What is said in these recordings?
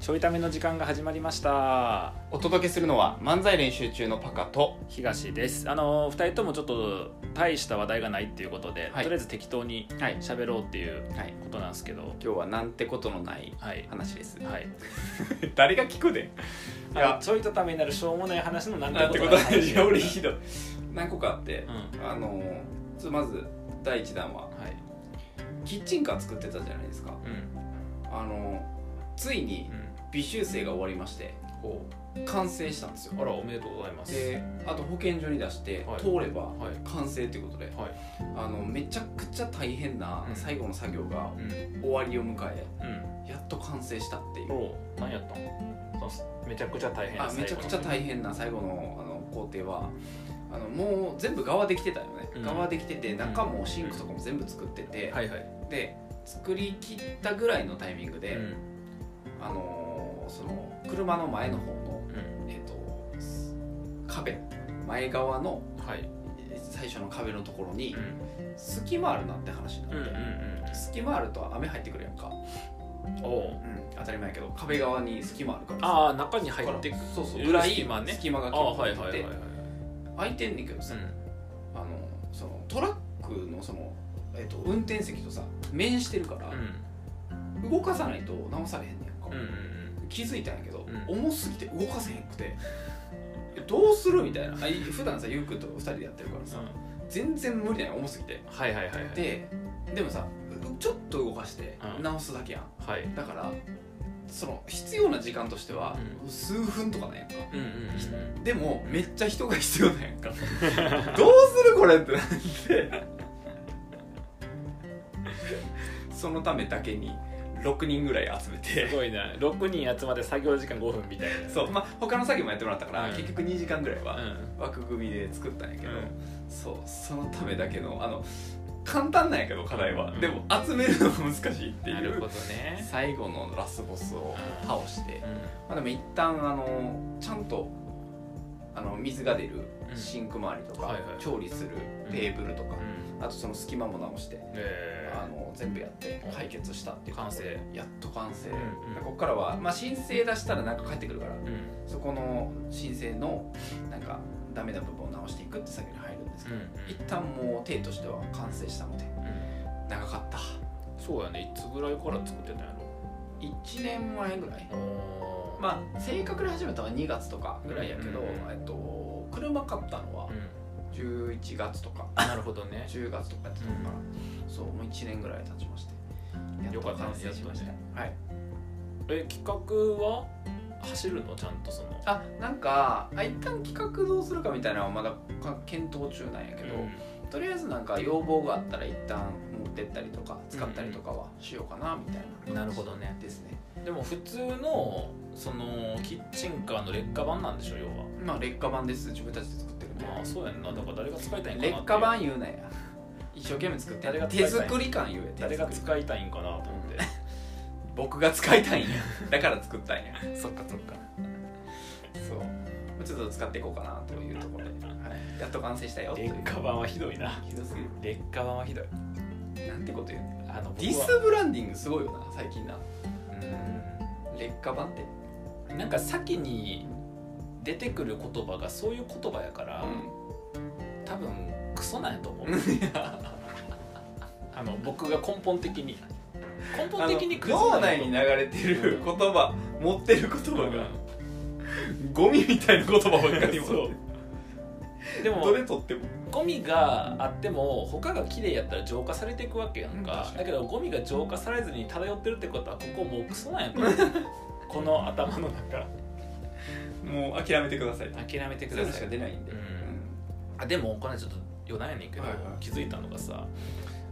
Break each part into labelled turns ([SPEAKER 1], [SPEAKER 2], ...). [SPEAKER 1] ちょいための時間が始まりました
[SPEAKER 2] お届けするのは漫才練習中のパカと
[SPEAKER 1] 東ですあの2人ともちょっと大した話題がないっていうことで、
[SPEAKER 2] はい
[SPEAKER 1] とりあえず適当に
[SPEAKER 2] はい
[SPEAKER 1] 喋ろうっていう
[SPEAKER 2] はい
[SPEAKER 1] ことなんですけど
[SPEAKER 2] 今日はなんてことのない
[SPEAKER 1] はい
[SPEAKER 2] 話です
[SPEAKER 1] はい
[SPEAKER 2] 誰が聞くでい
[SPEAKER 1] あの
[SPEAKER 2] や
[SPEAKER 1] ちょいとためになるしょうもない話のなんて
[SPEAKER 2] なんて
[SPEAKER 1] こ
[SPEAKER 2] ことと
[SPEAKER 1] が
[SPEAKER 2] ないいや 俺ひ
[SPEAKER 1] ど
[SPEAKER 2] どい何個かあって
[SPEAKER 1] うん、は
[SPEAKER 2] あのーちょっとまず第一弾はいキッチンカー作ってたじゃないですか
[SPEAKER 1] うん
[SPEAKER 2] あのーついに
[SPEAKER 1] うん
[SPEAKER 2] 微修正が終わりまして
[SPEAKER 1] お
[SPEAKER 2] 完成したんですよ
[SPEAKER 1] あらおめでとうございます
[SPEAKER 2] であと保健所に出して
[SPEAKER 1] はい
[SPEAKER 2] 通れば
[SPEAKER 1] はい
[SPEAKER 2] 完成ということで
[SPEAKER 1] はい
[SPEAKER 2] あのめちゃくちゃ大変な
[SPEAKER 1] うん
[SPEAKER 2] 最後の作業が
[SPEAKER 1] うん
[SPEAKER 2] 終わりを迎え
[SPEAKER 1] うん
[SPEAKER 2] やっと完成したっていう
[SPEAKER 1] お何やったのそのめちゃくちゃ大変な
[SPEAKER 2] あめちゃくちゃ大変な最後のあの工程はあのもう全部側できてたよね、
[SPEAKER 1] うん
[SPEAKER 2] 側できてて中もシンクとかも全部作ってて、
[SPEAKER 1] 最後はいはい
[SPEAKER 2] で作り切ったぐらいのタイミングで、
[SPEAKER 1] うん
[SPEAKER 2] あのーその車の前の方の、
[SPEAKER 1] うん
[SPEAKER 2] えっと壁前側の
[SPEAKER 1] はい
[SPEAKER 2] え最初の壁のところに
[SPEAKER 1] うん
[SPEAKER 2] 隙間あるなって話にな
[SPEAKER 1] うんうん
[SPEAKER 2] って、隙間あると雨入ってくるやんか、
[SPEAKER 1] うんお
[SPEAKER 2] 当たり前やけど壁側に隙間あるからさ
[SPEAKER 1] ああ中に入ってく
[SPEAKER 2] だからそうそう
[SPEAKER 1] い
[SPEAKER 2] ぐらい
[SPEAKER 1] 隙
[SPEAKER 2] 隙
[SPEAKER 1] 間
[SPEAKER 2] 間,、
[SPEAKER 1] ね
[SPEAKER 2] が
[SPEAKER 1] ああは
[SPEAKER 2] 結構入
[SPEAKER 1] い
[SPEAKER 2] ってて、
[SPEAKER 1] はいはいはい
[SPEAKER 2] 空いてんねんけどさ、あのそのトラックのその、えっと運転席とさ面してるから
[SPEAKER 1] う、ん
[SPEAKER 2] 動かさないと直されへんねやんか、
[SPEAKER 1] うんうん
[SPEAKER 2] 気づいたんやけど、
[SPEAKER 1] うん
[SPEAKER 2] 重すぎて動かせへんくてえどうするみたいなあい普段さゆうくんと2人でやってるからさ、全然無理だよ重すぎて
[SPEAKER 1] はいはいはいはい
[SPEAKER 2] ででもさちょっと動かして
[SPEAKER 1] うん
[SPEAKER 2] 直すだけやん、
[SPEAKER 1] はい
[SPEAKER 2] だからその必要な時間としては、数分とかなんやんか
[SPEAKER 1] うんうんうんうん
[SPEAKER 2] でもめっちゃ人が必要なんやんかどうするこれってなってそのためだけに6人ぐらい集め
[SPEAKER 1] す
[SPEAKER 2] て
[SPEAKER 1] ごいな6人集まって作業時間5分みたいな
[SPEAKER 2] そうまあ他の作業もやってもらったから、
[SPEAKER 1] うん
[SPEAKER 2] 結局2時間ぐらいうは
[SPEAKER 1] ん
[SPEAKER 2] 枠組みで作ったんやけど、
[SPEAKER 1] うん
[SPEAKER 2] そうそのためだけのあの簡単なんやけど課題は、
[SPEAKER 1] うん
[SPEAKER 2] でも集めるのが難しいって
[SPEAKER 1] ないるほ
[SPEAKER 2] う
[SPEAKER 1] どね
[SPEAKER 2] 最後のラスボスを倒して、
[SPEAKER 1] う
[SPEAKER 2] まあ、でも一旦あのちゃんとあの水が出る
[SPEAKER 1] うん
[SPEAKER 2] シンク周りとか、
[SPEAKER 1] はいはい
[SPEAKER 2] 調理するテーブルとか、
[SPEAKER 1] んうん
[SPEAKER 2] あとその隙間も直して、
[SPEAKER 1] えー
[SPEAKER 2] あの全部やって解決したっていう
[SPEAKER 1] 完成
[SPEAKER 2] やっと完成、
[SPEAKER 1] うんうん
[SPEAKER 2] でここからは、まあ、申請出したらなんか返ってくるから
[SPEAKER 1] うん
[SPEAKER 2] そこの申請のなんかダメな部分を直していくって作業に入るんですけ
[SPEAKER 1] う
[SPEAKER 2] ど、
[SPEAKER 1] ん
[SPEAKER 2] 一旦もう手としては完成したので
[SPEAKER 1] うん
[SPEAKER 2] 長かった
[SPEAKER 1] そうやねいつぐらいから作ってたんや
[SPEAKER 2] 1年前ぐらい
[SPEAKER 1] ろおー
[SPEAKER 2] まあ正確に始めたのは2月とかぐらいやけど、
[SPEAKER 1] うんうんうん
[SPEAKER 2] えっと、車買ったのは
[SPEAKER 1] うん
[SPEAKER 2] 11月とか
[SPEAKER 1] なるほどね
[SPEAKER 2] 10月とかやってたのから、そうもう1年ぐらい経ちましてやっ
[SPEAKER 1] よ
[SPEAKER 2] と
[SPEAKER 1] かったね
[SPEAKER 2] 完成しました、
[SPEAKER 1] やっ
[SPEAKER 2] はい
[SPEAKER 1] え企画は走るのちゃんとその
[SPEAKER 2] あなんかあ一旦企画どうするかみたいなのはまだか検討中なんやけど、
[SPEAKER 1] うん
[SPEAKER 2] とりあえずなんか要望があったら一旦持ってったりとか使ったりとかはしようかなみたいな、
[SPEAKER 1] なるほどね
[SPEAKER 2] ですね
[SPEAKER 1] でも普通のそのキッチンカーの劣化版なんでしょ要は
[SPEAKER 2] まあ劣化版です自分たちで作ってるんで、
[SPEAKER 1] まあそうやんなだから誰が使いたいんかなっていう
[SPEAKER 2] 劣化版言うなや一生懸命作って
[SPEAKER 1] 誰が使いた
[SPEAKER 2] 手
[SPEAKER 1] い
[SPEAKER 2] 作り感言うや
[SPEAKER 1] 誰が
[SPEAKER 2] 手作
[SPEAKER 1] 使い
[SPEAKER 2] り
[SPEAKER 1] たいんかなと思 って
[SPEAKER 2] 僕が使いたいんやだから作ったんや
[SPEAKER 1] そっかそっか
[SPEAKER 2] そうもうちょっと使っていこうかなというところで、はい、やっと完成したよという
[SPEAKER 1] 劣化版はひどいな
[SPEAKER 2] ひどすぎる
[SPEAKER 1] 劣化版はひどい
[SPEAKER 2] なんてこと言うね
[SPEAKER 1] あの僕は
[SPEAKER 2] ディスブランディングすごいよな最近な
[SPEAKER 1] う
[SPEAKER 2] 劣化版って
[SPEAKER 1] んなんか先に出てくる言葉がそういう言葉やから、多分クソなんやと思うあの僕が根本的に根本的に
[SPEAKER 2] あ
[SPEAKER 1] ク
[SPEAKER 2] の
[SPEAKER 1] ソ
[SPEAKER 2] 脳
[SPEAKER 1] なんや
[SPEAKER 2] 内
[SPEAKER 1] と
[SPEAKER 2] に
[SPEAKER 1] 思
[SPEAKER 2] 流
[SPEAKER 1] う
[SPEAKER 2] れてる言葉、持ってる言葉が、
[SPEAKER 1] う
[SPEAKER 2] ゴミみたいな言葉ばっかり
[SPEAKER 1] ん
[SPEAKER 2] も
[SPEAKER 1] そうでも
[SPEAKER 2] どれ取っても
[SPEAKER 1] ゴミがあっても他が綺麗やったら浄化されていくわけやん
[SPEAKER 2] うん
[SPEAKER 1] か
[SPEAKER 2] 確かに
[SPEAKER 1] だけどゴミが浄化されずに漂ってるってことはここもうクソなんやからこの頭の中
[SPEAKER 2] もう諦めてください
[SPEAKER 1] 諦めてく
[SPEAKER 2] そういう
[SPEAKER 1] だ
[SPEAKER 2] の
[SPEAKER 1] さ
[SPEAKER 2] しか
[SPEAKER 1] い
[SPEAKER 2] 出ないんで、
[SPEAKER 1] うんあでもこの間ちょっと余談やねんけど、
[SPEAKER 2] はいはい
[SPEAKER 1] 気づいたのがさ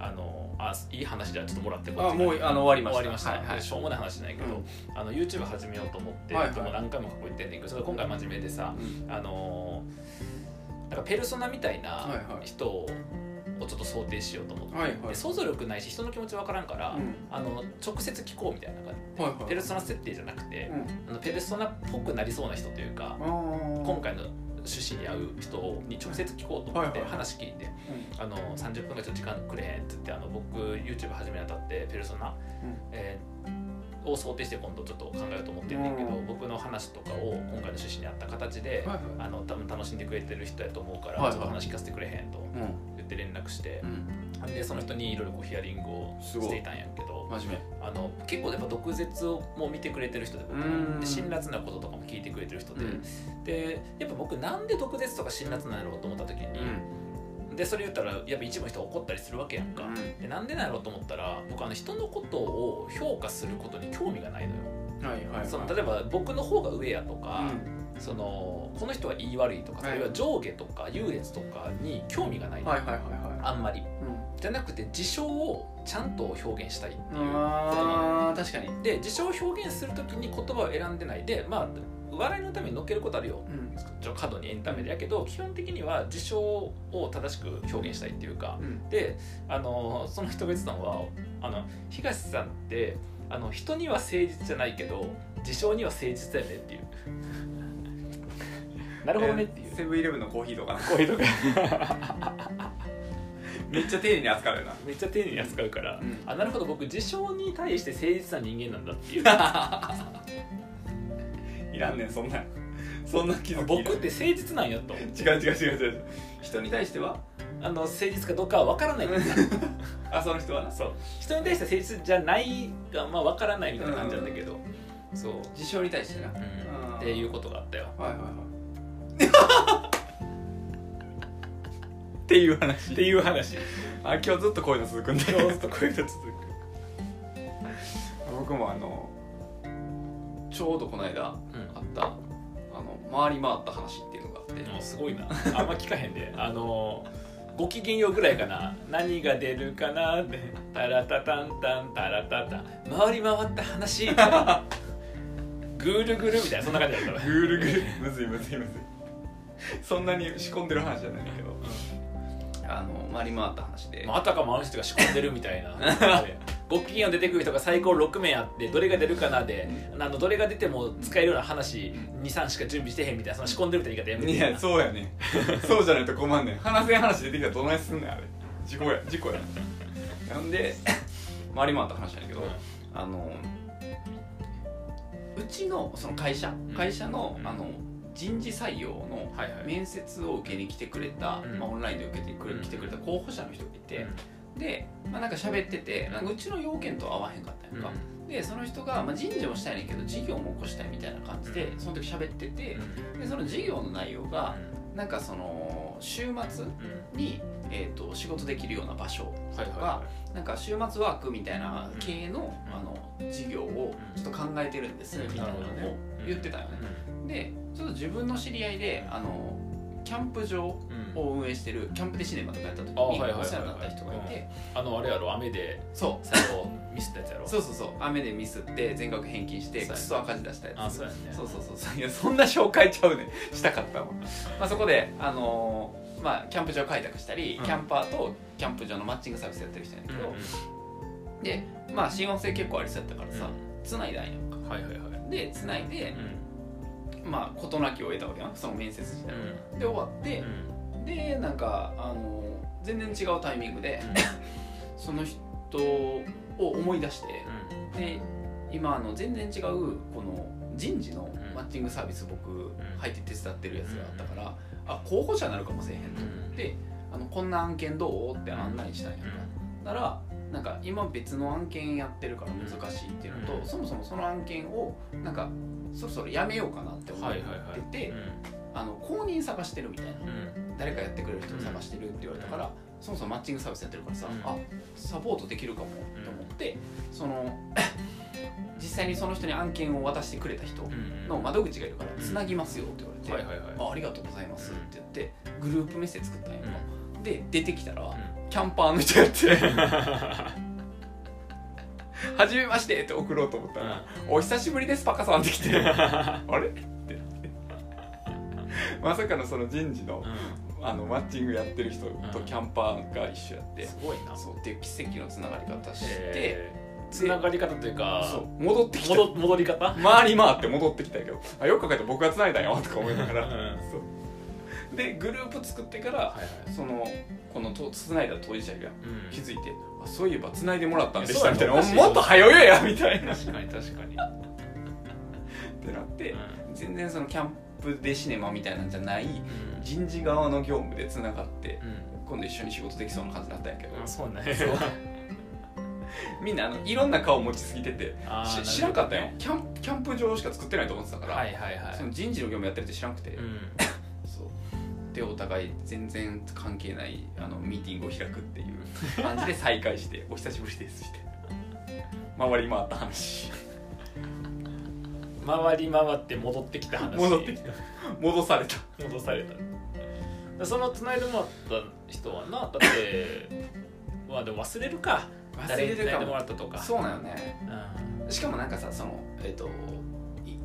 [SPEAKER 1] あのあいい話じゃあちょっともらってこ
[SPEAKER 2] あもうあの終わりまし
[SPEAKER 1] 終
[SPEAKER 2] た
[SPEAKER 1] わりました、
[SPEAKER 2] はいはい
[SPEAKER 1] しょうもない話じゃないけど、
[SPEAKER 2] うん
[SPEAKER 1] あの YouTube 始めようと思って、
[SPEAKER 2] はいはい
[SPEAKER 1] でも何回も過去言ってんねんけどそれ今回真面目でさ
[SPEAKER 2] うん
[SPEAKER 1] あのなんかペルソナみたいな
[SPEAKER 2] はいはい
[SPEAKER 1] 人をちょっと想定しようと思って、
[SPEAKER 2] はいはい
[SPEAKER 1] で想像力ないし人の気持ち分からんから、
[SPEAKER 2] うん
[SPEAKER 1] あの直接聞こうみたいな感じ
[SPEAKER 2] はいはい
[SPEAKER 1] ペルソナ設定じゃなくて、あのペルソナっぽくなりそうな人というか、
[SPEAKER 2] うん、
[SPEAKER 1] 今回の趣旨に合う人に直接聞こうと思っ
[SPEAKER 2] はい
[SPEAKER 1] て
[SPEAKER 2] はい
[SPEAKER 1] 話聞いて「あの30分ぐらいちょっと時間くれへん」って言ってあの僕 YouTube 始めにあたってペルソナ、
[SPEAKER 2] うん
[SPEAKER 1] えーを想定して今度ちょっと考えようと思ってんねんけど、
[SPEAKER 2] うん
[SPEAKER 1] 僕の話とかを今回の趣旨に合った形で、
[SPEAKER 2] はいは
[SPEAKER 1] あの多分楽しんでくれてる人やと思うから、
[SPEAKER 2] はいはい
[SPEAKER 1] ちょっと話聞かせてくれへんと
[SPEAKER 2] うん
[SPEAKER 1] 言って連絡して
[SPEAKER 2] う、ん
[SPEAKER 1] でその人にいろいろこうヒアリングを
[SPEAKER 2] すごい
[SPEAKER 1] していたんやけど
[SPEAKER 2] 真面
[SPEAKER 1] あの結構やっぱ毒舌をもう見てくれてる人で僕
[SPEAKER 2] うん
[SPEAKER 1] で辛辣なこととかも聞いてくれてる人で、
[SPEAKER 2] 目
[SPEAKER 1] でやっぱ僕なんで毒舌とか辛辣なんやろうと思った時に、でそれ言ったらやっぱ一部の人は怒ったりするわけやんか、でなんでなんやろうと思ったら僕あの人のことを評価することに興味がないのよ、
[SPEAKER 2] うんはいはいはい
[SPEAKER 1] その例えば僕の方が上やとか、
[SPEAKER 2] うん
[SPEAKER 1] そのこの人は言い悪いとか、
[SPEAKER 2] はい
[SPEAKER 1] 要は上下とか優劣とかに興味がないの、
[SPEAKER 2] はいはいはいはい
[SPEAKER 1] あんまり
[SPEAKER 2] うん
[SPEAKER 1] じゃなくて事象をちゃんと表現したいっていうことなの
[SPEAKER 2] あー確かに
[SPEAKER 1] で事象を表現するときに言葉を選んでないでまあ笑いのために乗っけることあるよ
[SPEAKER 2] うん
[SPEAKER 1] ちょっと過度にエンタメでやけど基本的には事象を正しく表現したいっていうか
[SPEAKER 2] うん
[SPEAKER 1] であのその人が言ってたのはあの東さんってあの人には誠実じゃないけど事象には誠実だよねっていう なるほどねっていう、
[SPEAKER 2] えーセブンイレブンのコーヒーとかな
[SPEAKER 1] こういうとこ
[SPEAKER 2] めっちゃ丁寧に扱うよな
[SPEAKER 1] めっちゃ丁寧に扱うから、
[SPEAKER 2] うん
[SPEAKER 1] あなるほど僕事象に対して誠実な人間なんだって いう
[SPEAKER 2] いらんねんそんなそんな気づきいら
[SPEAKER 1] 僕
[SPEAKER 2] ん
[SPEAKER 1] って誠実なんやと
[SPEAKER 2] 違う違う違う違う人に対しては
[SPEAKER 1] あの誠実かどうかは分からないけどさ
[SPEAKER 2] あその人はな
[SPEAKER 1] そう人に対して誠実じゃないが、まあ、分からないみたいな感じなんだけど、そう、
[SPEAKER 2] 事象に対してなは
[SPEAKER 1] うん、っていうことがあったよ
[SPEAKER 2] いはいはいっていう話
[SPEAKER 1] っていう話
[SPEAKER 2] あ今日ずっとこういうの続くんだ
[SPEAKER 1] 今日ず
[SPEAKER 2] っとこういうの続く僕もあのちょうどこの間
[SPEAKER 1] うん
[SPEAKER 2] あったあの回り回った話っていうのがあって、
[SPEAKER 1] もうすごいなあんま聞かへんであのご機嫌ようぐらいかな何が出るかなってタラタタンタンタラタタン回り回った話 ぐるぐるみたいなそんな感じだったわ
[SPEAKER 2] ぐるぐるむずいむずいむずいそんなに仕込んでる話じゃないんだけどあの回り回った話で、
[SPEAKER 1] まああたかもあの人が仕込んでるみたい なご機嫌を出てくる人が最高6名あってどれが出るかなであのどれが出ても使えるような話23しか準備してへんみたいなその仕込んでるみたいな言い方やめて
[SPEAKER 2] いやそうやねそうじゃないと困んねん話せん話出てきたらどないすんねんあれ事故や事故やなんで回り回った話なんだけど、あのうちのその会社
[SPEAKER 1] ん
[SPEAKER 2] 会社の,、
[SPEAKER 1] うん
[SPEAKER 2] あの人事採用の
[SPEAKER 1] はいはい
[SPEAKER 2] 面接を受けに来てくれた、
[SPEAKER 1] うん
[SPEAKER 2] まあ、オンラインで受けてくれ
[SPEAKER 1] うん
[SPEAKER 2] 来てくれた候補者の人がいて、
[SPEAKER 1] う
[SPEAKER 2] で、まあ、なんか喋っててなんかうちの要件と合わへんかったやん
[SPEAKER 1] ん
[SPEAKER 2] か、
[SPEAKER 1] う
[SPEAKER 2] でその人が、まあ、人事もしたいねんけど事業も起こしたいみたいな感じで、
[SPEAKER 1] うん
[SPEAKER 2] その時喋ってて
[SPEAKER 1] ん
[SPEAKER 2] でその事業の内容がなんかその週末
[SPEAKER 1] うん
[SPEAKER 2] に、えー、と仕事できるような場所
[SPEAKER 1] はい
[SPEAKER 2] とか、
[SPEAKER 1] は
[SPEAKER 2] なんか週末ワークみたいな系の,、
[SPEAKER 1] うん
[SPEAKER 2] あの事業をちょっと考えてるんです、
[SPEAKER 1] うん
[SPEAKER 2] みたいなことを
[SPEAKER 1] い
[SPEAKER 2] 言ってたよね、でちょっと自分の知り合いであのキャンプ場
[SPEAKER 1] うん
[SPEAKER 2] を運営してるキャンプデシネマとかやった時に
[SPEAKER 1] あはいはいはいはい
[SPEAKER 2] お世話になった人がいて
[SPEAKER 1] あのあれやろ雨で
[SPEAKER 2] そう
[SPEAKER 1] 最後ミスったやつやろ
[SPEAKER 2] そうそうそう雨でミスって全額返金して
[SPEAKER 1] そうやね
[SPEAKER 2] クソ赤字出したやつ
[SPEAKER 1] あそうやね
[SPEAKER 2] そうそうそうそういやそんな紹介ちゃうねしたかったわ、まあ、そこで、あのーまあ、キャンプ場開拓したり、
[SPEAKER 1] うん
[SPEAKER 2] キャンパーとキャンプ場のマッチングサービスやってる人やねん
[SPEAKER 1] う
[SPEAKER 2] け
[SPEAKER 1] ん
[SPEAKER 2] ど、
[SPEAKER 1] う
[SPEAKER 2] でまあ親和性結構ありそうやったから
[SPEAKER 1] ん
[SPEAKER 2] さ、繋いだんやんか
[SPEAKER 1] うんはいはいはい
[SPEAKER 2] で繋いで、まあ事なきを得たわけやんその面接自体
[SPEAKER 1] う
[SPEAKER 2] は、
[SPEAKER 1] ん
[SPEAKER 2] で終わって
[SPEAKER 1] う、ん
[SPEAKER 2] でなんか、あのー全然違うタイミングで、 その人を思い出して、で今あの全然違うこの人事の
[SPEAKER 1] ん
[SPEAKER 2] マッチングサービス僕入って手伝ってるやつがあったから、あ候補者になるかもしれへんと思って、あのこんな案件どうって案内したんやんか、ならなんか今別の案件やってるから難しいっていうの
[SPEAKER 1] う
[SPEAKER 2] と、
[SPEAKER 1] ん
[SPEAKER 2] そもそもその案件をなんかそろそろやめようかなって思っ
[SPEAKER 1] は
[SPEAKER 2] て
[SPEAKER 1] い
[SPEAKER 2] て、
[SPEAKER 1] はいはい
[SPEAKER 2] あの公認探してるみたいな
[SPEAKER 1] うんうん
[SPEAKER 2] 誰かやってくれる人探してるって言われたから、そもそもマッチングサービスやってるからさ、
[SPEAKER 1] うん
[SPEAKER 2] あサポートできるかもと思って、その 実際にその人に案件を渡してくれた人
[SPEAKER 1] うん
[SPEAKER 2] の窓口がいるから
[SPEAKER 1] うん
[SPEAKER 2] つなぎますよって言われ
[SPEAKER 1] は
[SPEAKER 2] て、
[SPEAKER 1] いはいはい
[SPEAKER 2] あありがとうございますって言ってグループメッセージ作ったんやんか、で出てきたら、
[SPEAKER 1] う
[SPEAKER 2] キャンパーの人やって
[SPEAKER 1] ん
[SPEAKER 2] 「はじめまして」って送ろうと思ったら「お久しぶりですパカさん」って来てあれってなって まさかのその人事の
[SPEAKER 1] うん
[SPEAKER 2] あのマッチングやってる人と
[SPEAKER 1] うん
[SPEAKER 2] キャンパーが一緒やって
[SPEAKER 1] す、ごいな
[SPEAKER 2] そうっていう奇跡のつながり方して、
[SPEAKER 1] えーつながり方というか
[SPEAKER 2] そう戻ってきた
[SPEAKER 1] 戻戻り方
[SPEAKER 2] 回り回って戻ってきたんやけどあよく考えたら僕がつないだんよとか思いながら、
[SPEAKER 1] うん
[SPEAKER 2] そうでグループ作ってか
[SPEAKER 1] は
[SPEAKER 2] ら
[SPEAKER 1] いはい
[SPEAKER 2] そのこのとつないだ当事者
[SPEAKER 1] う
[SPEAKER 2] が
[SPEAKER 1] ん
[SPEAKER 2] 気づいて、あそういえば繋いでもらったんでしたみ
[SPEAKER 1] いやそ
[SPEAKER 2] た
[SPEAKER 1] う
[SPEAKER 2] い
[SPEAKER 1] や
[SPEAKER 2] な
[SPEAKER 1] ろ
[SPEAKER 2] もっと早よやみたいなっ
[SPEAKER 1] 確かに確かに、
[SPEAKER 2] てなって
[SPEAKER 1] うん
[SPEAKER 2] 全然そのキャンプでシネマみたいなんじゃない
[SPEAKER 1] うん
[SPEAKER 2] 人事側の業務でつながって
[SPEAKER 1] う
[SPEAKER 2] 今度一緒に仕事できそうな感じだったんやけど
[SPEAKER 1] ん、あそうなん
[SPEAKER 2] そうみんなあのいろんな顔持ちすぎてて
[SPEAKER 1] あー
[SPEAKER 2] し知らんかったよ
[SPEAKER 1] なる
[SPEAKER 2] キャンプキャンプ場しか作ってないと思ってたか
[SPEAKER 1] ほ
[SPEAKER 2] ら、
[SPEAKER 1] どねはいはいはい
[SPEAKER 2] その人事の業務やってるって知らなくて、
[SPEAKER 1] うん
[SPEAKER 2] そうでお互い全然関係ないあのミーティングを開くって いう感じで再会して「お久しぶりです」して回り回った話
[SPEAKER 1] 回り回って戻ってきた話
[SPEAKER 2] 戻ってきた戻された
[SPEAKER 1] 戻されただからその繋いでもらった人はなだってまあでも忘れるか誰に繋いでもらったとか
[SPEAKER 2] そうなのね
[SPEAKER 1] うん
[SPEAKER 2] しかもなんかさそのえっ、とい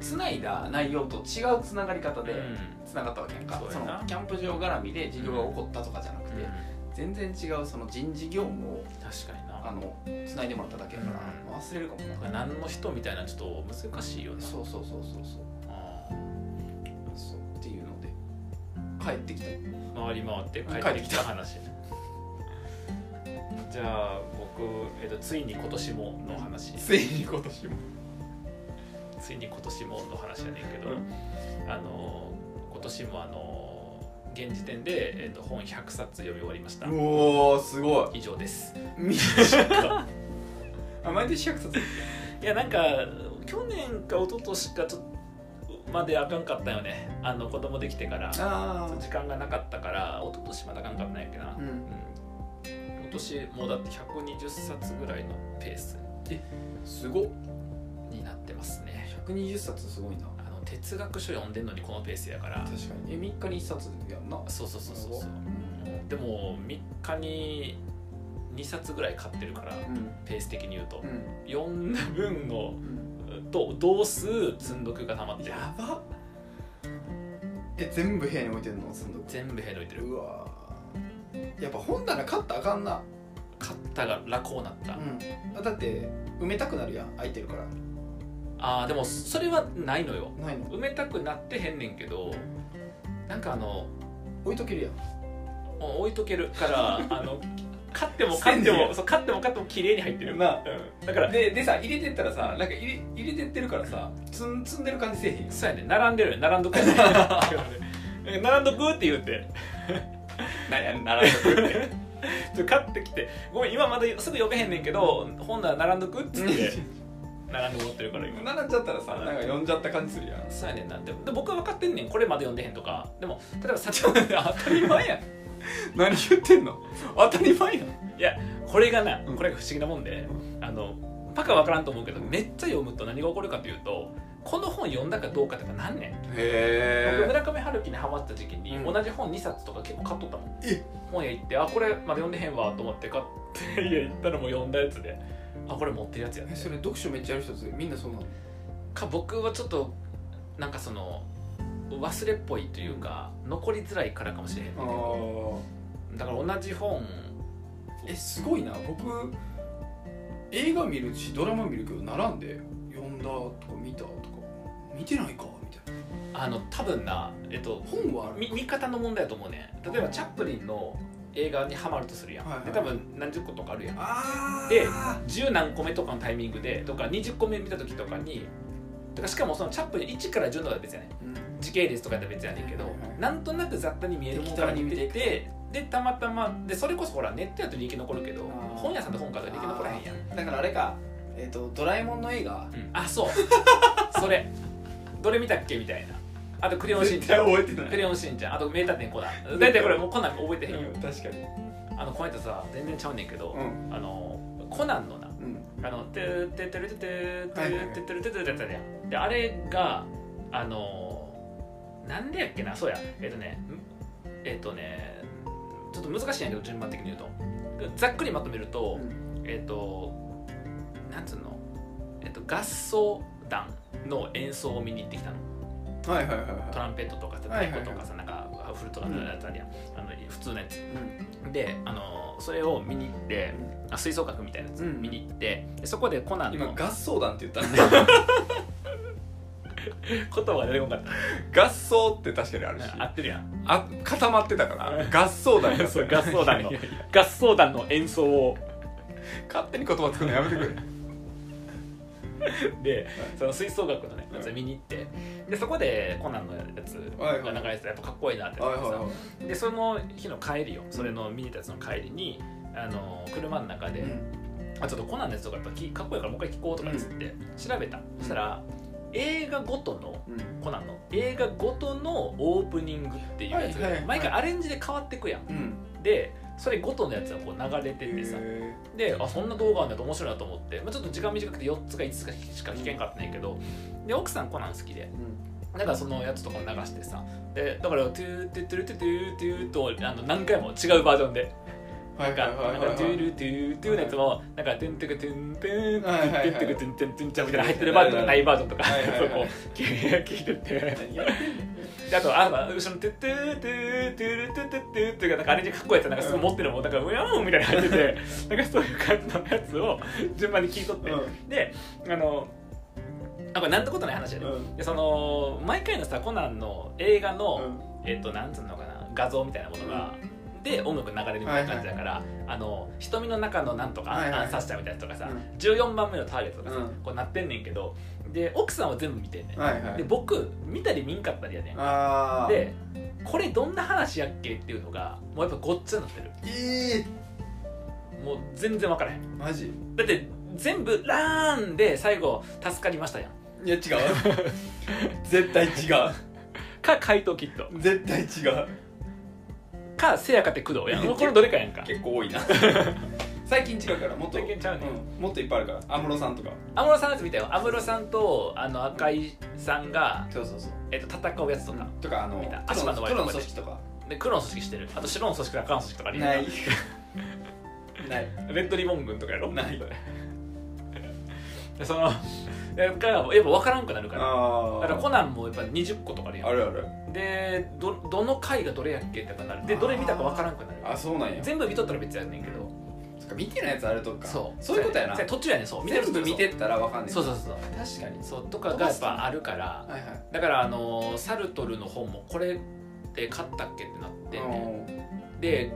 [SPEAKER 2] 繋いだ内容と違う繋がり方で
[SPEAKER 1] うん
[SPEAKER 2] 繋がったわけやんか、
[SPEAKER 1] そう
[SPEAKER 2] そ
[SPEAKER 1] やな
[SPEAKER 2] のキャンプ場絡みで事業が起こったとかじゃなくて、全然違うその人事業務を
[SPEAKER 1] 確かに
[SPEAKER 2] あ
[SPEAKER 1] な
[SPEAKER 2] の繋いでもらっただけやから、忘れるかもな
[SPEAKER 1] 何の人みたいなちょっと難しいよな
[SPEAKER 2] そうそうそうそうそう
[SPEAKER 1] うん
[SPEAKER 2] そうっていうので帰ってきた
[SPEAKER 1] 回り回って帰ってきた話 じゃあ僕、えっとついに今年もの話
[SPEAKER 2] ついに今年も
[SPEAKER 1] ついに今年もの話やねんけど、
[SPEAKER 2] うん
[SPEAKER 1] あの今年もあの現時点で、えっと本100冊読み終わりました
[SPEAKER 2] おーすごい
[SPEAKER 1] 以上です
[SPEAKER 2] 短いあ毎年100冊
[SPEAKER 1] いやなんか去年か一昨年かちょっとまであかんかったよねあの子供できてから
[SPEAKER 2] あ
[SPEAKER 1] 時間がなかったから一昨年まだあかんかったんやけどな、
[SPEAKER 2] うん
[SPEAKER 1] 今年もうだって120冊ぐらいのペース
[SPEAKER 2] すごっ
[SPEAKER 1] になってますね
[SPEAKER 2] 120冊すごいな
[SPEAKER 1] あの哲学書読んでんのにこのペースやから
[SPEAKER 2] 確かにえ3日に1冊やんな
[SPEAKER 1] そうそうそうそうそううんでも3日に2冊ぐらい買ってるからペース的に言うと
[SPEAKER 2] うん
[SPEAKER 1] 読んだ分の
[SPEAKER 2] うん
[SPEAKER 1] と同数積んどくがたまってる
[SPEAKER 2] やばっえ全部部屋に置いてんのすんど
[SPEAKER 1] 全部減どいてる
[SPEAKER 2] うわーやっぱ本棚買ったらあかんな
[SPEAKER 1] 買ったが楽になった、
[SPEAKER 2] うんあだって埋めたくなるやん空いてるから
[SPEAKER 1] ああでもそれはないのよ
[SPEAKER 2] ないの
[SPEAKER 1] 埋めたくなってへんねんけどなんかあの
[SPEAKER 2] 置いとけるやん
[SPEAKER 1] もう置いとけるから あの買っても買って
[SPEAKER 2] せんねや
[SPEAKER 1] もそう買っても買っても綺麗に入ってる
[SPEAKER 2] な
[SPEAKER 1] うんだから
[SPEAKER 2] ででさ入れてったらさなんか入れ入れてってるからさ積ん積んでる感じせえへん
[SPEAKER 1] そうやね並んでるよ並んどく やね なんか並んどくって言うて
[SPEAKER 2] なんやならなくて
[SPEAKER 1] ちょ買ってきてごめん今まだすぐ呼べへんねんけど本なら並んどくっつって 並んでもらってるから今
[SPEAKER 2] 並んじ ゃったらさなんか呼んじゃった感じするやん
[SPEAKER 1] そうやねんなでもで僕は分かってんねんこれまで読んでへんとかでも例えばさっき当たり前やん
[SPEAKER 2] 何言ってんの当たり前やん
[SPEAKER 1] いやこれがな
[SPEAKER 2] うん
[SPEAKER 1] これが不思議なもんで、あのパカ分からんと思うけどめっちゃ読むと何が起こるかというとこの本読んだかどうかとかなんねん僕
[SPEAKER 2] へ
[SPEAKER 1] 村上春樹にハマった時期に
[SPEAKER 2] うん
[SPEAKER 1] 同じ本2冊とか結構買っとったもん
[SPEAKER 2] え
[SPEAKER 1] 本屋行ってあこれまだ読んでへんわと思って買って 家行ったらもう読んだやつであこれ持ってるやつやね
[SPEAKER 2] えそれ読書めっちゃやる人ってみんなそうなの
[SPEAKER 1] か僕はちょっとなんかその忘れっぽいというか残りづらいからかもしれへんねんけど
[SPEAKER 2] あ
[SPEAKER 1] だから同じ本
[SPEAKER 2] えすごいな僕映画見るしドラマ見るけど並んで読んだとか見たとか見てないかみたいな
[SPEAKER 1] あの多分なえっと
[SPEAKER 2] 本はある
[SPEAKER 1] 見見方の問題だと思うねん例えばチャップリンの映画にハマるとするやん、
[SPEAKER 2] はいはい
[SPEAKER 1] で多分何十個とかあるやん
[SPEAKER 2] あ
[SPEAKER 1] で10何個目とかのタイミングでとか20個目見た時とかにだからしかもそのチャップリン1から10のは別やねん時系列とかやったら別やねんけど、
[SPEAKER 2] はいはいはい
[SPEAKER 1] なんとなく雑多に見えるものから見ててでたまたまでそれこそほらネットやと利益残るけど
[SPEAKER 2] あー
[SPEAKER 1] 本屋さんと本から利益残らへんやん
[SPEAKER 2] だからあれかえっ、とドラえもんの映画
[SPEAKER 1] うんあそう それどれ見たっけみたいなあとクレヨンしん
[SPEAKER 2] 絶
[SPEAKER 1] ちゃ
[SPEAKER 2] 対
[SPEAKER 1] ん
[SPEAKER 2] 覚えてな
[SPEAKER 1] クレ
[SPEAKER 2] い
[SPEAKER 1] ヨンしんちゃんあと名探偵コナン大体これもうコナン覚えてへんよ、
[SPEAKER 2] うん確かに
[SPEAKER 1] あのこの間さ全然ちゃうねんけど、
[SPEAKER 2] うん
[SPEAKER 1] あのコナンのな
[SPEAKER 2] うん
[SPEAKER 1] あの「てーてーてるててーてーてーてるててるててる」であれがあのーなんでやっけなそうやえっとねんえっとねちょっと難しいんやけど順番的に言うとざっくりまとめるとえっとなんつうのえっと合奏団の演奏を見に行ってきたの
[SPEAKER 2] はいはいはい
[SPEAKER 1] ト
[SPEAKER 2] は
[SPEAKER 1] ランペットとかさ
[SPEAKER 2] はい
[SPEAKER 1] 太
[SPEAKER 2] はいはい
[SPEAKER 1] 鼓とかさなんかフルートとかやつあるやんあの普通のやつ
[SPEAKER 2] い。うん
[SPEAKER 1] であのそれを見に行ってあ吹奏楽みたいなやつ
[SPEAKER 2] うん
[SPEAKER 1] 見に行ってでそこでコナン
[SPEAKER 2] 今
[SPEAKER 1] の
[SPEAKER 2] 合奏団って言ったん で
[SPEAKER 1] 言葉が出てこなかっ
[SPEAKER 2] 合奏って確かにあるした
[SPEAKER 1] 合ってるや ん
[SPEAKER 2] あ固まってたから合奏団になってた
[SPEAKER 1] そう合奏団の合奏団の演奏を
[SPEAKER 2] 勝手に言葉作るのやめ てくれ
[SPEAKER 1] でその吹奏楽のねやつ見に行ってでそこでコナンのやつ
[SPEAKER 2] はいは
[SPEAKER 1] が
[SPEAKER 2] い
[SPEAKER 1] 流れてたやっぱかっこいいなって思ってさでその日の帰りよそれの見に行ったやつの帰りにあの車の中で、あちょっとコナンのやつとかやっぱきかっこいいからもう一回聞こうとかっつって調べた、そしたら映画ごとの
[SPEAKER 2] うんうん
[SPEAKER 1] コナンの映画ごとのオープニングっていうやつが、
[SPEAKER 2] はいはいはい
[SPEAKER 1] 毎回アレンジで変わってくやん
[SPEAKER 2] うん
[SPEAKER 1] でそれごとのやつがこう流れててさ
[SPEAKER 2] へ
[SPEAKER 1] であそんな動画あるんだと面白いなと思って、まあ、ちょっと時間短くて4つか5つかしか聞けんかったんやけどで奥さんコナン好きで
[SPEAKER 2] ーうん
[SPEAKER 1] だからそのやつとかも流してさでだから「トゥートゥトゥルトゥトゥトゥ」とあの何回も違うバージョンで
[SPEAKER 2] はい
[SPEAKER 1] なん
[SPEAKER 2] は
[SPEAKER 1] か
[SPEAKER 2] いはい
[SPEAKER 1] なんかトゥルトゥトゥのやつもなんか「トゥントゥクトゥントゥント
[SPEAKER 2] はいはいはい
[SPEAKER 1] ゥントゥクトゥントゥントゥンちゃん」みたいな入ってるバージョンとかないバージョンとか
[SPEAKER 2] はいはいはい
[SPEAKER 1] そうこう聞いてって。であとあの後ろの「トゥトゥトゥトゥルトゥトゥトゥ」っていうかなんかあれでかっこいいやつなんかすごい持ってるのもなんかうやーんみたいな感じ でなんかそういう感じのやつを順番に聞いとって、
[SPEAKER 2] うん
[SPEAKER 1] であのあこれなんてことない話やで,、
[SPEAKER 2] うん
[SPEAKER 1] でその毎回のさコナンの映画の、
[SPEAKER 2] うん
[SPEAKER 1] えっとなんつうのかな画像みたいなものが、で音楽流れるみたいな感じだから、あの瞳の中のなんとか、
[SPEAKER 2] はいはい
[SPEAKER 1] 暗殺者みたいなやつとかさ、
[SPEAKER 2] うん
[SPEAKER 1] 14番目のターゲットとかさ、
[SPEAKER 2] うん
[SPEAKER 1] こうなってんねんけどで奥さんは全部見てんねん、
[SPEAKER 2] はいは
[SPEAKER 1] で
[SPEAKER 2] い
[SPEAKER 1] 僕見たり見んかったりやねん
[SPEAKER 2] ああ
[SPEAKER 1] でこれどんな話やっけっていうのがもうやっぱごっちゃになってる
[SPEAKER 2] え
[SPEAKER 1] もう全然分からへん
[SPEAKER 2] ーマジ
[SPEAKER 1] だって全部ラーンで最後助かりましたやん
[SPEAKER 2] いや違う 絶対違う
[SPEAKER 1] か怪盗キッド
[SPEAKER 2] 絶対違う
[SPEAKER 1] かせやかて工藤 やんもうこれどれかやんか
[SPEAKER 2] 結構多いな最近違うからもっと
[SPEAKER 1] 最近ちゃうね
[SPEAKER 2] んもっといっぱいあるから安室さんとか
[SPEAKER 1] 安室さんのやつ見たよ安室さんとあの赤井さんが、
[SPEAKER 2] そうそうそう
[SPEAKER 1] えっと、戦うやつと
[SPEAKER 2] と
[SPEAKER 1] か
[SPEAKER 2] か、とかあの
[SPEAKER 1] 見た
[SPEAKER 2] 黒の
[SPEAKER 1] 足場の
[SPEAKER 2] 黒の
[SPEAKER 1] 割
[SPEAKER 2] 組
[SPEAKER 1] り
[SPEAKER 2] 織とか
[SPEAKER 1] で黒の組織してるあと白の組織と赤の組織とかあるやん
[SPEAKER 2] ないない
[SPEAKER 1] レッドリボン軍とかやろ
[SPEAKER 2] ない
[SPEAKER 1] でそのやっぱやっぱ分からんくなるから
[SPEAKER 2] あ
[SPEAKER 1] だ
[SPEAKER 2] あ
[SPEAKER 1] からコナンもやっぱ20個とかあるやん
[SPEAKER 2] あるある
[SPEAKER 1] でどどの回がどれやっけってなるでどれ見たか分からんくなる
[SPEAKER 2] あそうなんや
[SPEAKER 1] 全部見とったら別やねんけど
[SPEAKER 2] そっか見てないやつあるとか
[SPEAKER 1] そう
[SPEAKER 2] そういうことやな
[SPEAKER 1] せ途中やねんそう
[SPEAKER 2] 全部見てったらわかんない
[SPEAKER 1] そうそうそう
[SPEAKER 2] 確かに
[SPEAKER 1] そうそうとかがやっぱあるから
[SPEAKER 2] はいはい
[SPEAKER 1] だからあのーサルトルの本もこれって買ったっけってなって
[SPEAKER 2] あ
[SPEAKER 1] ね、
[SPEAKER 2] ー
[SPEAKER 1] で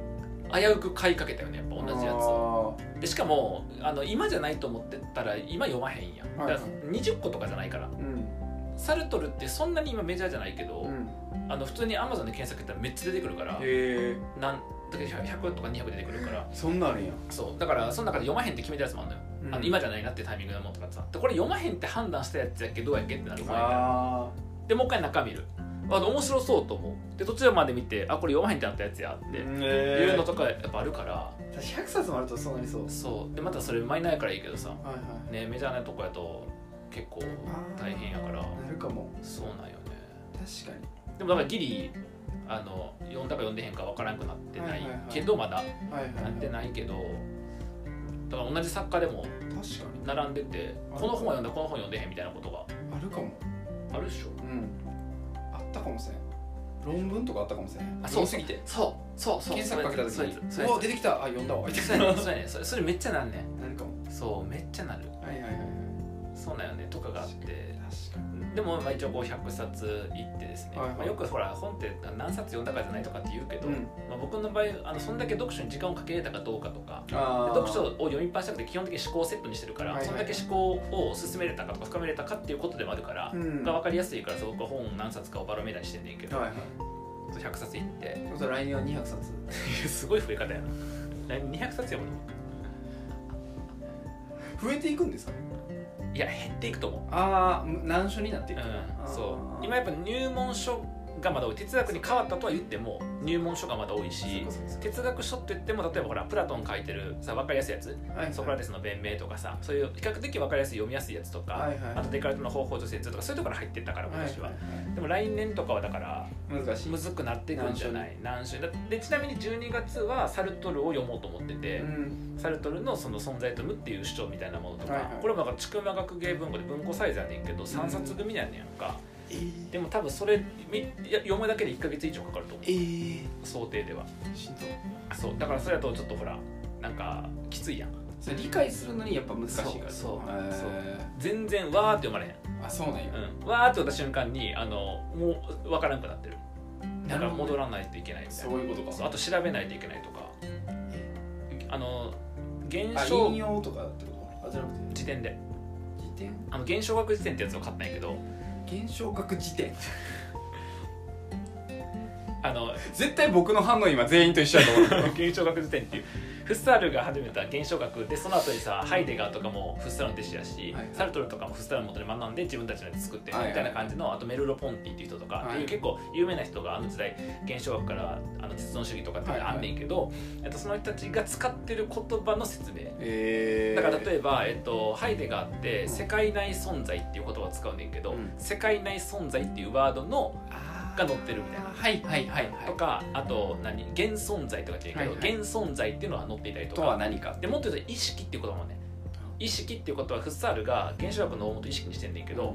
[SPEAKER 1] 危うく買いかけたよねやっぱ同じやつを
[SPEAKER 2] あ
[SPEAKER 1] でしかもあの今じゃないと思ってたら今読まへんやん、
[SPEAKER 2] はいは
[SPEAKER 1] だ
[SPEAKER 2] い
[SPEAKER 1] から20個とかじゃないから
[SPEAKER 2] ーうん
[SPEAKER 1] サルトルってそんなに今メジャーじゃないけど、
[SPEAKER 2] うん
[SPEAKER 1] あの普通にアマゾンで検索やったらめっちゃ出てくるから
[SPEAKER 2] へえ
[SPEAKER 1] なんだけど100とか200出てくるから
[SPEAKER 2] そんなんあるんや
[SPEAKER 1] そうだからその中で読まへんって決めたやつもあるのよ、あの今じゃないなってタイミングのものとかさでこれ読まへんって判断したやつやっけどうやっけってなる前から
[SPEAKER 2] あ
[SPEAKER 1] でもう一回中身見るあの面白そうと思うで途中まで見てあこれ読まへんってなったやつや
[SPEAKER 2] あ
[SPEAKER 1] って
[SPEAKER 2] い
[SPEAKER 1] いうのとかやっぱあるから
[SPEAKER 2] 100冊もあるとそうなりそう
[SPEAKER 1] そうでまたそれマイナーやからいいけどさ
[SPEAKER 2] はいはい
[SPEAKER 1] ねメジャーなとこやと結構大変やから
[SPEAKER 2] なるかも
[SPEAKER 1] そうなんよね
[SPEAKER 2] 確か
[SPEAKER 1] でもだからギリあの読んだか読んでへんかわからんくなってない
[SPEAKER 2] はいはいはい
[SPEAKER 1] けどまだ
[SPEAKER 2] にはいはい
[SPEAKER 1] なってないけどだから同じ作家でも
[SPEAKER 2] 確かに
[SPEAKER 1] 並んでてこの本は読んだこの本読んでへんみたいなことが
[SPEAKER 2] あるかも
[SPEAKER 1] あるでしょ
[SPEAKER 2] うんあったかもしれん論文とかあったかもしれん
[SPEAKER 1] あそう
[SPEAKER 2] 読みすぎて
[SPEAKER 1] そうそうそう
[SPEAKER 2] 検索かけた時
[SPEAKER 1] そうや
[SPEAKER 2] に
[SPEAKER 1] つそう
[SPEAKER 2] う
[SPEAKER 1] や
[SPEAKER 2] わ出てきたあ読んだわみた
[SPEAKER 1] つ
[SPEAKER 2] い
[SPEAKER 1] そう
[SPEAKER 2] な
[SPEAKER 1] やねそうやねそれそれめっちゃなんねん
[SPEAKER 2] なるかも
[SPEAKER 1] そうめっちゃなる
[SPEAKER 2] はいはいはいはい
[SPEAKER 1] そうなんよねとかがあって
[SPEAKER 2] 確かに
[SPEAKER 1] でもまあ一応こう100冊いってですね、
[SPEAKER 2] はいはい
[SPEAKER 1] まあ、よくほら本って何冊読んだかじゃないとかって言うけど、
[SPEAKER 2] うん
[SPEAKER 1] まあ、僕の場合あのそんだけ読書に時間をかけれたかどうかとか
[SPEAKER 2] あー
[SPEAKER 1] 読書を読みっぱなしなくて基本的に思考をセットにしてるから、
[SPEAKER 2] はいはい
[SPEAKER 1] そんだけ思考を進めれたかとか深めれたかっていうことでもあるから、
[SPEAKER 2] うん
[SPEAKER 1] が分かりやすいからすごく本何冊かをバロメーターにしてんねんけど、
[SPEAKER 2] はいはい
[SPEAKER 1] 100冊いって
[SPEAKER 2] ちょっと来年は200冊
[SPEAKER 1] すごい増え方やなな200冊読む
[SPEAKER 2] 増えていくんですか
[SPEAKER 1] のいや減っていくと思
[SPEAKER 2] ああ難所になって
[SPEAKER 1] う、
[SPEAKER 2] いく
[SPEAKER 1] うん、そう今
[SPEAKER 2] 今
[SPEAKER 1] やっぱ入門書がまだ多い哲学に変わったとは言っても入門書がまだ多いし哲学書って言っても例えばほらプラトン書いてるさ分かりやすいやつソクラテスの弁明とかさそういう比較的分かりやすい読みやすいやつとか、
[SPEAKER 2] はいはい
[SPEAKER 1] あとデカルトの方法と説とかそういうところから入ってったから今年は、でも来年とかはだから
[SPEAKER 2] 難しい
[SPEAKER 1] むずくなっていくんじゃない何種だでちなみに12月はサルトルを読もうと思ってて、
[SPEAKER 2] うん
[SPEAKER 1] サルトルのその存在と無っていう主張みたいなものとか、
[SPEAKER 2] はいはい
[SPEAKER 1] これもなんか筑馬学芸文庫で文庫サイズやねんけど3冊組なんやんか、でも多分それみいや読むだけで1か月以上かかると思う
[SPEAKER 2] えー
[SPEAKER 1] 想定では
[SPEAKER 2] しんどい
[SPEAKER 1] そうだからそれだとちょっとほらなんかきついやん
[SPEAKER 2] それ理解するのにやっぱ難しいから
[SPEAKER 1] そうそう
[SPEAKER 2] へー
[SPEAKER 1] そう全然わーって読まれへん
[SPEAKER 2] あそうなんや
[SPEAKER 1] うん、わーって言った瞬間にあのもう分からんくなってるだから戻
[SPEAKER 2] ん
[SPEAKER 1] らないといけないみたいな
[SPEAKER 2] そういうことか
[SPEAKER 1] そうあと調べないといけないとかあの現
[SPEAKER 3] あ
[SPEAKER 1] 象
[SPEAKER 3] 引用とかってことあじゃなくて
[SPEAKER 1] 辞典で
[SPEAKER 3] 辞典
[SPEAKER 1] あの現象学辞典ってやつを買ったんやけど
[SPEAKER 2] 現象学辞典
[SPEAKER 1] あ の
[SPEAKER 2] 絶対僕の反応今全員と一緒だと思う
[SPEAKER 1] 現象学辞典っていうフッサールが始めた現象学でその後にさハイデガーとかもフッサールの弟子やし、
[SPEAKER 2] はい
[SPEAKER 1] サルトルとかもフッサールの元で学んで自分たちのやつ作ってみ
[SPEAKER 2] はい
[SPEAKER 1] たいな感じの、あとメルロ・ポンティっていう人とか、
[SPEAKER 2] はい
[SPEAKER 1] っていう結構有名な人があの時代現象学からあの実存主義とかっていうのがあんねんけど、えっと、その人たちが使ってる言葉の説明
[SPEAKER 2] え
[SPEAKER 1] だから
[SPEAKER 2] え
[SPEAKER 1] 例えば、えっと、ハイデガーって「
[SPEAKER 2] ん
[SPEAKER 1] 世界内存在」っていう言葉を使うねんけど、
[SPEAKER 2] うん
[SPEAKER 1] 世界内存在っていうワードの
[SPEAKER 2] ば
[SPEAKER 1] が載ってるみたいな
[SPEAKER 2] はいはいはい
[SPEAKER 1] と
[SPEAKER 2] は
[SPEAKER 1] かあと何現存在とかって言うけど、
[SPEAKER 2] はいはい
[SPEAKER 1] 現存在っていうのは載っていたり
[SPEAKER 2] い
[SPEAKER 1] と
[SPEAKER 2] と
[SPEAKER 1] か
[SPEAKER 2] は何か
[SPEAKER 1] でもっと言うと意識っていうこともね意識っていうことはフッサールが現象学の大元を意識にしてんねんけど、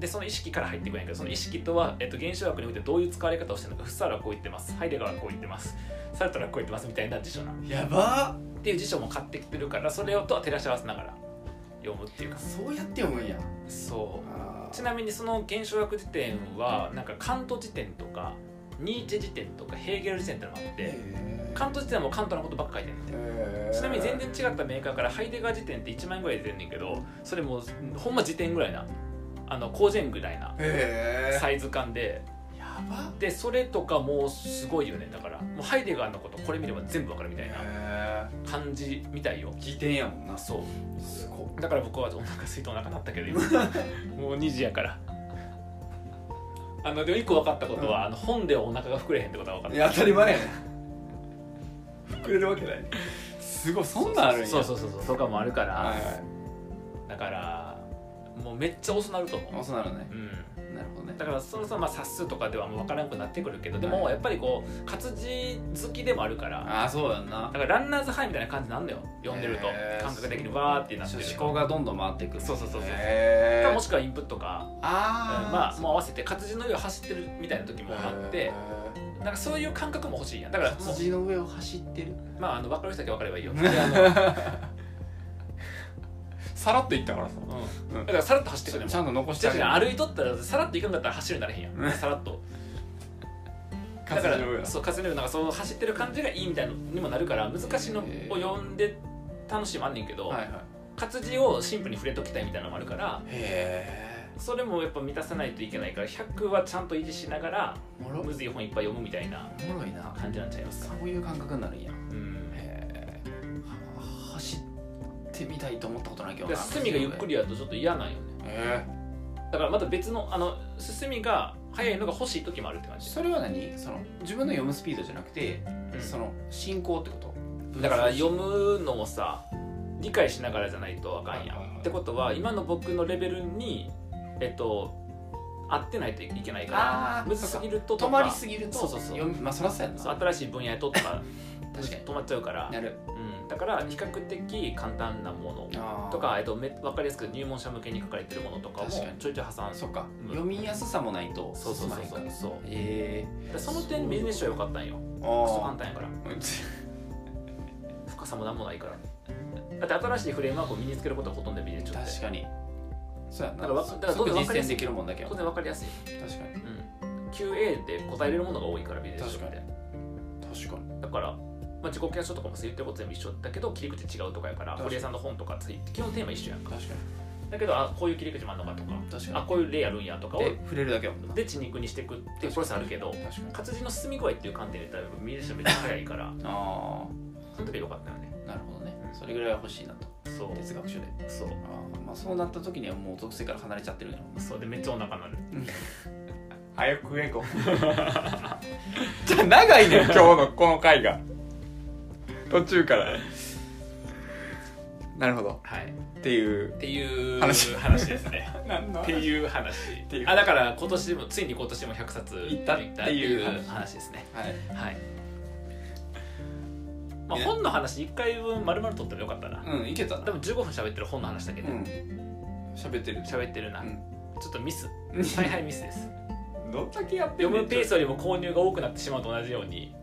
[SPEAKER 1] でその意識から入ってくるんやけどその意識とは、えっと、現象学においてどういう使われ方をしてるのかフッサールはこう言ってますハイデガーはこう言ってますサルトルはこう言ってますみたいな辞書な
[SPEAKER 3] やば
[SPEAKER 1] っていう辞書も買ってきてるからそれをとは照らし合わせながら読むっていうか
[SPEAKER 3] そうやって思うんや
[SPEAKER 1] そう
[SPEAKER 3] あ
[SPEAKER 1] ちなみにその現象学辞典はなんかカント辞典とかニーチェ辞典とかヘーゲル辞典ってのもあってカント辞典はもうカントのことばっか書いてるちなみに全然違ったメーカーからハイデガー辞典って1万円ぐらいで出んねんけどそれもうほんま辞典ぐらいなあの広辞苑ぐらいな
[SPEAKER 3] へ
[SPEAKER 1] サイズ感で
[SPEAKER 3] えやば
[SPEAKER 1] でそれとかもうすごいよねだからもうハイデガーのことこれ見れば全部わかるみたいな
[SPEAKER 3] へ
[SPEAKER 1] 感じみたいよ
[SPEAKER 3] え辞典やもんな
[SPEAKER 1] そう
[SPEAKER 3] すご
[SPEAKER 1] だから僕はお腹空いてお腹なっ たけど今もう2時やからあのでも1個分かったことは、あの本ではお腹が膨れへんってことは分かっ
[SPEAKER 3] い
[SPEAKER 1] た
[SPEAKER 3] いや当たり前やね膨れるわけないすごいそんなんあるんや
[SPEAKER 1] そうそうそうそうとかもあるから、
[SPEAKER 3] はいはい
[SPEAKER 1] だからもうめっちゃ遅なると思
[SPEAKER 3] あ
[SPEAKER 1] う、
[SPEAKER 3] そうなるね
[SPEAKER 1] うん、
[SPEAKER 3] なるほどね
[SPEAKER 1] だからそろそろまあ冊数とかではもう分からなくなってくるけどでも
[SPEAKER 3] はい
[SPEAKER 1] やっぱりこう活字好きでもあるから
[SPEAKER 3] ああそうやんな
[SPEAKER 1] だからランナーズハイみたいな感じになんだよ読んでると
[SPEAKER 3] へー
[SPEAKER 1] 感覚的にわーってなって
[SPEAKER 3] 思
[SPEAKER 1] る
[SPEAKER 3] 考がどんどん回っていく
[SPEAKER 1] そうそうそうそう
[SPEAKER 3] へ
[SPEAKER 1] か
[SPEAKER 3] え
[SPEAKER 1] もしくはインプットか、うん
[SPEAKER 3] ああ
[SPEAKER 1] まあもう合わせて活字の上を走ってるみたいな時もあってなんかそういう感覚も欲しいやんだからもう
[SPEAKER 3] 活字の上を走ってる
[SPEAKER 1] まああの分かる人だけ分かればいいよであの
[SPEAKER 2] さらっと言ったからさ
[SPEAKER 1] うんだからさらっと走ってくる
[SPEAKER 2] ち
[SPEAKER 1] も
[SPEAKER 2] ゃ
[SPEAKER 1] ん
[SPEAKER 2] んと残して
[SPEAKER 1] じ
[SPEAKER 2] あげる
[SPEAKER 1] ゃあ歩いとったらさらっと行くんだったら走るならへんや
[SPEAKER 2] うん
[SPEAKER 1] んさらっとだか
[SPEAKER 2] 活字
[SPEAKER 1] ら
[SPEAKER 2] の上だ
[SPEAKER 1] そう活字の上なんかその走ってる感じがいいみたいのにもなるから難しいのを
[SPEAKER 2] へー
[SPEAKER 1] 読んで楽しいもあんねんけど、
[SPEAKER 2] はいはい
[SPEAKER 1] 活字をシンプルに触れときたいみたいなのもあるから
[SPEAKER 2] へ
[SPEAKER 1] それもやっぱ満たさないといけないから100はちゃんと維持しながら
[SPEAKER 2] えおもろ
[SPEAKER 1] むずい本いっぱい読むみたいな
[SPEAKER 2] おもろいな
[SPEAKER 1] 感じなんちゃいますか、
[SPEAKER 2] そういう感覚になるんや
[SPEAKER 1] うん
[SPEAKER 2] へえは走ってみたいと思ったことないけど
[SPEAKER 1] だか
[SPEAKER 2] な
[SPEAKER 1] ら進みがゆっくりやるとちょっと嫌なんよね
[SPEAKER 2] へえ
[SPEAKER 1] だからまた別のあの進みが速いのが欲しい時もあるって感じ、
[SPEAKER 2] それは何その自分の読むスピードじゃなくて
[SPEAKER 1] うん
[SPEAKER 2] その進行ってこと
[SPEAKER 1] だから読むのをさ理解しながらじゃないとあかんや
[SPEAKER 3] はいはいは
[SPEAKER 1] ん
[SPEAKER 3] い
[SPEAKER 1] ってことは今の僕のレベルにえっと合ってないといけないから
[SPEAKER 2] あー
[SPEAKER 1] むずすぎると
[SPEAKER 2] 止
[SPEAKER 1] と
[SPEAKER 2] ま
[SPEAKER 1] か
[SPEAKER 2] りすぎると
[SPEAKER 1] そうそうそう
[SPEAKER 2] 読みまあそらそうやんな
[SPEAKER 1] そう新しい分野へととか
[SPEAKER 2] 確かに
[SPEAKER 1] 止まっちゃうから、
[SPEAKER 2] なる
[SPEAKER 1] うん、だから比較的簡単なもの
[SPEAKER 2] あー
[SPEAKER 1] とか、えっと、め分かりやすく入門者向けに書かれてるものとかも
[SPEAKER 2] 確かに
[SPEAKER 1] ちょいちょい挟んで
[SPEAKER 2] そっか
[SPEAKER 1] うん
[SPEAKER 2] 読みやすさもないと
[SPEAKER 1] そうそうそ
[SPEAKER 2] 進ま
[SPEAKER 1] う
[SPEAKER 2] へん
[SPEAKER 1] そ
[SPEAKER 2] から
[SPEAKER 1] うそう
[SPEAKER 2] へえ
[SPEAKER 1] だからその点ビジネス書は良かったんよ
[SPEAKER 2] あ
[SPEAKER 1] クソ簡
[SPEAKER 2] ー
[SPEAKER 1] 単やから
[SPEAKER 2] うん
[SPEAKER 1] 深さもなんもないからだって新しいフレームワークを身につけることはほとんどビジネス書って
[SPEAKER 2] 確かにそうやんな
[SPEAKER 1] だからわだから
[SPEAKER 2] 即
[SPEAKER 1] どんどん分か
[SPEAKER 2] 実
[SPEAKER 1] りや
[SPEAKER 2] 践
[SPEAKER 1] すい
[SPEAKER 2] できるもんだけど
[SPEAKER 1] 当
[SPEAKER 2] 確
[SPEAKER 1] 然分かりやすい、
[SPEAKER 2] かに
[SPEAKER 1] うん、QA で答えれるものが多いからビジネス書っ
[SPEAKER 2] 確
[SPEAKER 1] て
[SPEAKER 2] 確かに
[SPEAKER 1] だから、まあ、自己検証とかも言ってること全部一緒だけど切り口違うとかやから
[SPEAKER 2] 確かに
[SPEAKER 1] 堀江さんの本とかつい基本テーマ一緒やんか
[SPEAKER 2] 確か
[SPEAKER 1] だけどあこういう切り口もあるのかとか
[SPEAKER 2] に確
[SPEAKER 1] あこういう例やるんやとかを
[SPEAKER 2] で触れるだけやもんな
[SPEAKER 1] で血肉にしていくっていうプロセスあるけど
[SPEAKER 2] 確かに
[SPEAKER 1] 活字の進み具合っていう観点で言ったらビジネス書めっちゃ早いから
[SPEAKER 2] あ
[SPEAKER 1] その時は良かったよね
[SPEAKER 2] あなるほどねそれぐらいは欲しいなと
[SPEAKER 1] そう
[SPEAKER 2] 哲学書で
[SPEAKER 1] そう
[SPEAKER 2] あーまあそうなった時にはもう属性から離れちゃってるんやろうな
[SPEAKER 1] そうでめっちゃお腹なる
[SPEAKER 2] 早く食えこ じゃあ長 いねん今日のこの回が途中からなるほど
[SPEAKER 1] はい
[SPEAKER 2] っていう
[SPEAKER 1] っていう
[SPEAKER 2] 話
[SPEAKER 1] 話です ね
[SPEAKER 2] 何の
[SPEAKER 1] っていう話
[SPEAKER 2] ていう
[SPEAKER 1] あだから今年もついに今年も100冊
[SPEAKER 2] いったっていう話
[SPEAKER 1] 話ですね
[SPEAKER 2] はい
[SPEAKER 1] はい、まあ、
[SPEAKER 2] ね
[SPEAKER 1] 本の話1回分丸々取ってもよかったな、
[SPEAKER 2] うんいけたな
[SPEAKER 1] でも15分喋ってる本の話だけ
[SPEAKER 2] う
[SPEAKER 1] で
[SPEAKER 2] ん喋ってる
[SPEAKER 1] 喋ってるな、
[SPEAKER 2] うん
[SPEAKER 1] ちょっとミス大敗ミスです
[SPEAKER 2] どんだけやって
[SPEAKER 1] 読
[SPEAKER 2] んねん
[SPEAKER 1] むペースよりも購入が多くなってしまうと同じように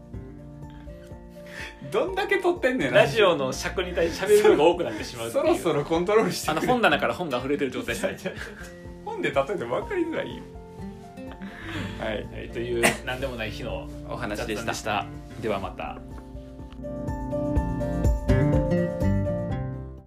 [SPEAKER 2] どんだけ撮ってんねんな
[SPEAKER 1] ラジオの尺に対して喋る量が多くなってしまうってい
[SPEAKER 2] そうろそろコントロールして
[SPEAKER 1] あの
[SPEAKER 2] くれ
[SPEAKER 1] 本棚から本が溢れてる状態です、 は
[SPEAKER 2] 本で例えて分かりづらいよはい
[SPEAKER 1] い、という何でもない日の
[SPEAKER 2] お話
[SPEAKER 1] 雑談でしたではまた。